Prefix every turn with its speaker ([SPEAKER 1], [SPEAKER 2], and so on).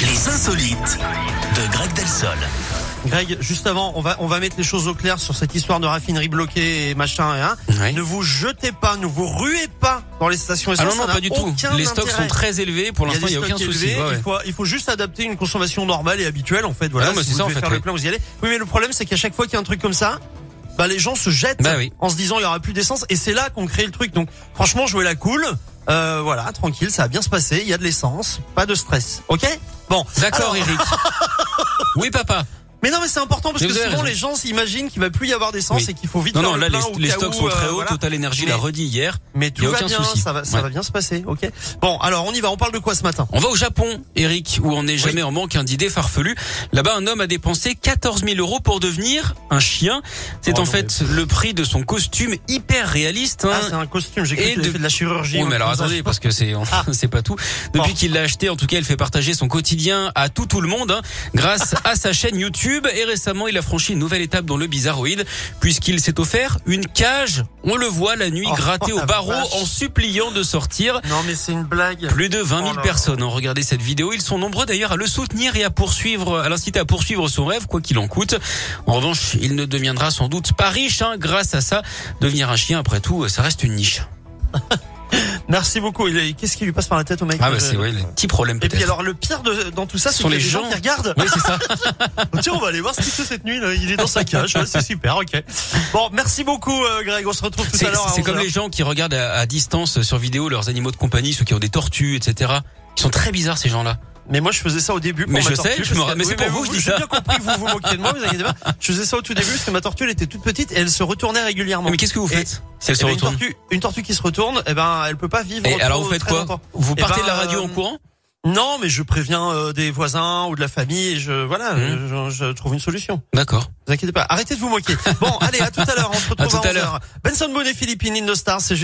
[SPEAKER 1] Les insolites de Greg Delsol.
[SPEAKER 2] Greg, juste avant, on va on va mettre les choses au clair sur cette histoire de raffinerie bloquée et machin et hein.
[SPEAKER 3] Oui.
[SPEAKER 2] Ne vous jetez pas, ne vous ruez pas dans les stations
[SPEAKER 3] Ah
[SPEAKER 2] essence.
[SPEAKER 3] non, non,
[SPEAKER 2] ça n'a
[SPEAKER 3] pas du tout.
[SPEAKER 2] aucun
[SPEAKER 3] Les stocks
[SPEAKER 2] intérêt.
[SPEAKER 3] sont très élevés. Pour
[SPEAKER 2] Il y a
[SPEAKER 3] l'instant,
[SPEAKER 2] des
[SPEAKER 3] il n'y a
[SPEAKER 2] stocks
[SPEAKER 3] aucun souci.
[SPEAKER 2] élevés,
[SPEAKER 3] Ouais, ouais. Ah
[SPEAKER 2] Il, faut, il faut juste adapter une consommation normale et habituelle en fait. Voilà,
[SPEAKER 3] non, mais
[SPEAKER 2] si
[SPEAKER 3] c'est
[SPEAKER 2] vous
[SPEAKER 3] ça, en
[SPEAKER 2] devez
[SPEAKER 3] fait,
[SPEAKER 2] faire
[SPEAKER 3] oui.
[SPEAKER 2] le plein, vous y allez. Oui, mais le problème c'est qu'à chaque fois qu'il y a un truc comme ça, bah les gens se jettent
[SPEAKER 3] Bah oui.
[SPEAKER 2] en se disant il y aura plus d'essence et c'est là qu'on crée le truc. Donc franchement, jouez la cool. Euh, voilà, tranquille, ça va bien se passer. Il y a de l'essence, pas de stress. Ok Bon,
[SPEAKER 3] D'accord,
[SPEAKER 2] Alors-
[SPEAKER 3] Eric. Oui, papa.
[SPEAKER 2] mais non, mais c'est important parce
[SPEAKER 3] Mais
[SPEAKER 2] que
[SPEAKER 3] vous avez
[SPEAKER 2] souvent
[SPEAKER 3] raison.
[SPEAKER 2] les gens s'imaginent qu'il va plus y avoir d'essence
[SPEAKER 3] Oui.
[SPEAKER 2] et qu'il faut vite.
[SPEAKER 3] Non,
[SPEAKER 2] faire
[SPEAKER 3] non,
[SPEAKER 2] le
[SPEAKER 3] là, les,
[SPEAKER 2] plein au
[SPEAKER 3] les
[SPEAKER 2] cas
[SPEAKER 3] stocks
[SPEAKER 2] où,
[SPEAKER 3] sont
[SPEAKER 2] euh,
[SPEAKER 3] très hauts.
[SPEAKER 2] voilà.
[SPEAKER 3] Total Energy
[SPEAKER 2] Mais-
[SPEAKER 3] l'a redit hier.
[SPEAKER 2] Mais
[SPEAKER 3] y
[SPEAKER 2] tout
[SPEAKER 3] a
[SPEAKER 2] va
[SPEAKER 3] aucun
[SPEAKER 2] bien,
[SPEAKER 3] souci.
[SPEAKER 2] ça va, ça
[SPEAKER 3] Ouais.
[SPEAKER 2] va bien se passer. Ok. Bon, alors on y va. On parle de quoi ce matin
[SPEAKER 3] On va au Japon, Eric, où on n'est jamais en manque hein, d'idées farfelues. Là-bas, un homme a dépensé 14 000 euros pour devenir un chien. C'est
[SPEAKER 2] Oh
[SPEAKER 3] en
[SPEAKER 2] non,
[SPEAKER 3] fait le prix de son costume hyper réaliste.
[SPEAKER 2] Ah,
[SPEAKER 3] hein.
[SPEAKER 2] c'est un costume. J'ai cru
[SPEAKER 3] Et
[SPEAKER 2] qu'il avait
[SPEAKER 3] de-
[SPEAKER 2] fait de la chirurgie.
[SPEAKER 3] Oui,
[SPEAKER 2] ou
[SPEAKER 3] mais alors
[SPEAKER 2] comme ça.
[SPEAKER 3] attendez, parce que c'est c'est pas tout. Depuis
[SPEAKER 2] Ah. Bon.
[SPEAKER 3] qu'il l'a acheté, en tout cas, il fait partager son quotidien à tout tout le monde hein, grâce à sa chaîne YouTube. Et récemment, il a franchi une nouvelle étape dans le bizarroïde puisqu'il s'est offert une cage. On le voit la nuit
[SPEAKER 2] Oh,
[SPEAKER 3] grattée au
[SPEAKER 2] la
[SPEAKER 3] barreau
[SPEAKER 2] vache.
[SPEAKER 3] en suppliant de sortir.
[SPEAKER 2] Non, mais c'est une blague.
[SPEAKER 3] Plus de 20 000
[SPEAKER 2] Oh là là.
[SPEAKER 3] personnes ont regardé cette vidéo. Ils sont nombreux d'ailleurs à le soutenir et à poursuivre, à l'inciter à poursuivre son rêve, quoi qu'il en coûte. En revanche, il ne deviendra sans doute pas riche hein, grâce à ça. Devenir un chien, après tout, ça reste une niche.
[SPEAKER 2] Merci beaucoup. Il est- Qu'est-ce qui lui passe par la tête au mec
[SPEAKER 3] Ah bah
[SPEAKER 2] Je-
[SPEAKER 3] c'est ouais, les petits problèmes
[SPEAKER 2] Et puis
[SPEAKER 3] peut-être.
[SPEAKER 2] alors le pire de, dans tout ça,
[SPEAKER 3] Ce
[SPEAKER 2] c'est
[SPEAKER 3] sont
[SPEAKER 2] qu'il y a
[SPEAKER 3] les
[SPEAKER 2] des gens
[SPEAKER 3] gens.
[SPEAKER 2] qui regardent. Oh,
[SPEAKER 3] Oui, c'est ça.
[SPEAKER 2] Tiens, on va aller voir ce qu'il fait cette nuit. là. Il est dans sa cage. Ouais, c'est super. Ok. Bon, merci beaucoup, euh, Greg. On se retrouve tout
[SPEAKER 3] C'est
[SPEAKER 2] à l'heure. à
[SPEAKER 3] c'est comme
[SPEAKER 2] 11 heures.
[SPEAKER 3] les gens qui regardent à, à distance euh, sur vidéo leurs animaux de compagnie, ceux qui ont des tortues, etc. Ils sont très bizarres ces gens-là.
[SPEAKER 2] Mais moi, je faisais ça au début. Pour
[SPEAKER 3] Mais
[SPEAKER 2] ma
[SPEAKER 3] je sais,
[SPEAKER 2] tortue,
[SPEAKER 3] je
[SPEAKER 2] parce
[SPEAKER 3] me-
[SPEAKER 2] que-
[SPEAKER 3] mais c'est
[SPEAKER 2] oui,
[SPEAKER 3] pour vous que je dis
[SPEAKER 2] j'ai
[SPEAKER 3] ça.
[SPEAKER 2] bien compris que vous vous moquiez de moi, vous inquiétez pas. Je faisais ça au tout début parce que ma tortue, elle était toute petite et elle se retournait régulièrement.
[SPEAKER 3] Mais qu'est-ce que vous
[SPEAKER 2] Et-
[SPEAKER 3] faites Si
[SPEAKER 2] Eh
[SPEAKER 3] elles se
[SPEAKER 2] ben, une,
[SPEAKER 3] retournent.
[SPEAKER 2] tortue, une tortue qui se retourne, eh ben, elle peut pas vivre.
[SPEAKER 3] Et
[SPEAKER 2] trop-
[SPEAKER 3] alors vous faites
[SPEAKER 2] très
[SPEAKER 3] quoi
[SPEAKER 2] longtemps.
[SPEAKER 3] Vous
[SPEAKER 2] Eh
[SPEAKER 3] partez
[SPEAKER 2] ben,
[SPEAKER 3] de la radio en
[SPEAKER 2] euh,
[SPEAKER 3] courant
[SPEAKER 2] Non, mais je préviens euh, des voisins ou de la famille. Et je voilà, je,
[SPEAKER 3] Mhm.
[SPEAKER 2] je trouve une solution.
[SPEAKER 3] D'accord.
[SPEAKER 2] Ne vous inquiétez pas. Arrêtez de vous moquer. Bon, allez, à tout à l'heure. On se retrouve
[SPEAKER 3] À tout à l'heure.
[SPEAKER 2] à 11h. Benson Boone et Philippine in the Stars, c'est juste